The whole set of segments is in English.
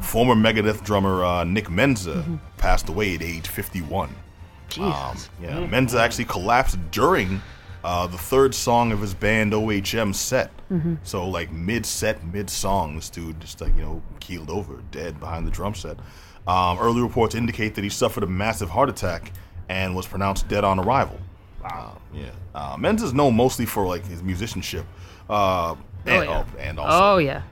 former Megadeth drummer uh, Nick Menza passed away at age 51. Um, Jesus. yeah, Menza actually collapsed during uh, the third song of his band OHM set. So like mid set, mid song, this dude just like you know keeled over, dead behind the drum set. Um, early reports indicate that he suffered a massive heart attack and was pronounced dead on arrival. Wow. yeah. Uh, Menza's known mostly for like his musicianship, uh, and, yeah. oh, and also Oh yeah.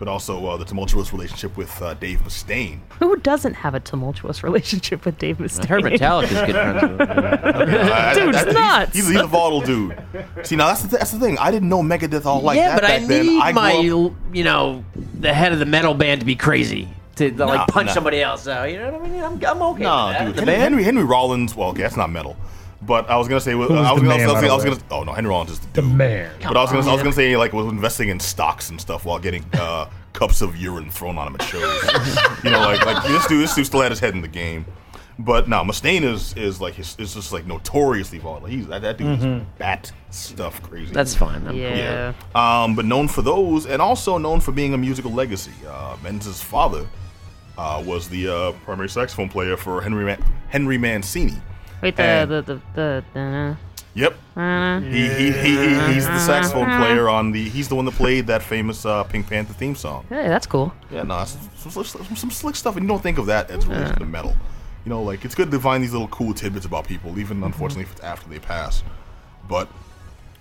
but also uh, the tumultuous relationship with uh, Dave Mustaine. Who doesn't have a tumultuous relationship with Dave Her Mustaine? Metallica's good friends with I- I- Dude's I- he's- nuts. He's, he's a volatile dude. See, now that's the, that's the thing. I didn't know Megadeth all like yeah, that that but I back need then. I grew my, up- you know, the head of the metal band to be crazy to like punch nah. somebody else out. You know what I mean? I'm, I'm okay. Nah, with that. dude. The Henry, band? Henry Henry Rollins. Well, okay, that's not metal. But I was gonna say, I was was gonna, the I was man, gonna by say, the I was way? gonna, oh no, Henry Rollins is the The dude. man. But I was gonna, I was on. gonna say, like, was investing in stocks and stuff while getting uh, cups of urine thrown on him at shows. you know, like, like this dude, this dude still had his head in the game. But now Mustaine is is like his, is just like notoriously volatile. He's that, that dude Mm-hmm. is bat stuff crazy. That's fine. I'm cool. yeah. Um, but known for those, and also known for being a musical legacy. Uh, Menza's father uh, was the uh, primary saxophone player for Henry Man- Henry Mancini. Wait, the And- the the the. the Yep, he, he, he, he- he's the saxophone player on the. He's the one that played that famous uh, Pink Panther theme song. hey, that's cool. Yeah, no, that's some, slick- some, some slick stuff, and you don't think of that as related to metal. You know, like it's good to find these little cool tidbits about people, even unfortunately if it's after they pass. But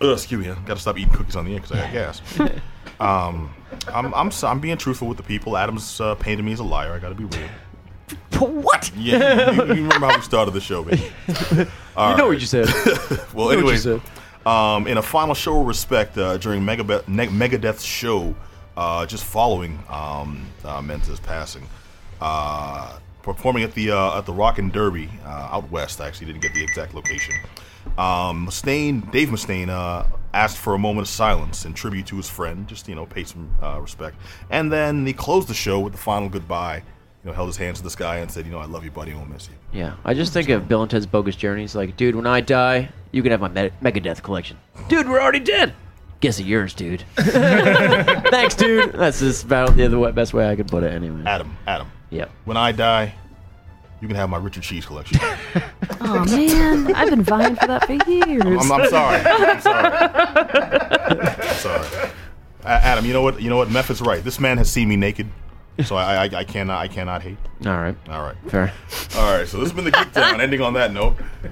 uh, excuse me, I gotta stop eating cookies on the air because I got gas. um, I'm, I'm so- I'm being truthful with the people. Adam's uh, painted me as a liar. I gotta be real. What? Yeah, you, you remember how we started the show, baby. you know what you said. Well, know what you anyway, said. um, in a final show of respect uh, during Megabeth, ne- Megadeth's show, uh, just following um, uh, Menta's passing, uh, performing at the uh, at the Rock and Derby uh, out west. I actually didn't get the exact location. Um, Mustaine, Dave Mustaine, uh, asked for a moment of silence in tribute to his friend, just you know, pay some uh, respect. And then they closed the show with the final goodbye. You know, held his hands to the sky and said, "You know, I love you, buddy. I will miss you." Yeah, I just think of Bill and Ted's Bogus Journeys. Like, dude, when I die, you can have my Me- Megadeth collection. Dude, we're already dead. Guess it yours, dude. Thanks, dude. That's just about the other way- best way I could put it, anyway. Adam, Adam. Yep. When I die, you can have my Richard Cheese collection. Oh man, I've been vying for that for years. I'm, I'm sorry. I'm sorry. I'm sorry. A- Adam, you know what? You know what? Meth is right. This man has seen me naked, so I, I, I cannot I cannot hate. All right. All right. Fair. All right. So this has been the geek down. Ending on that note.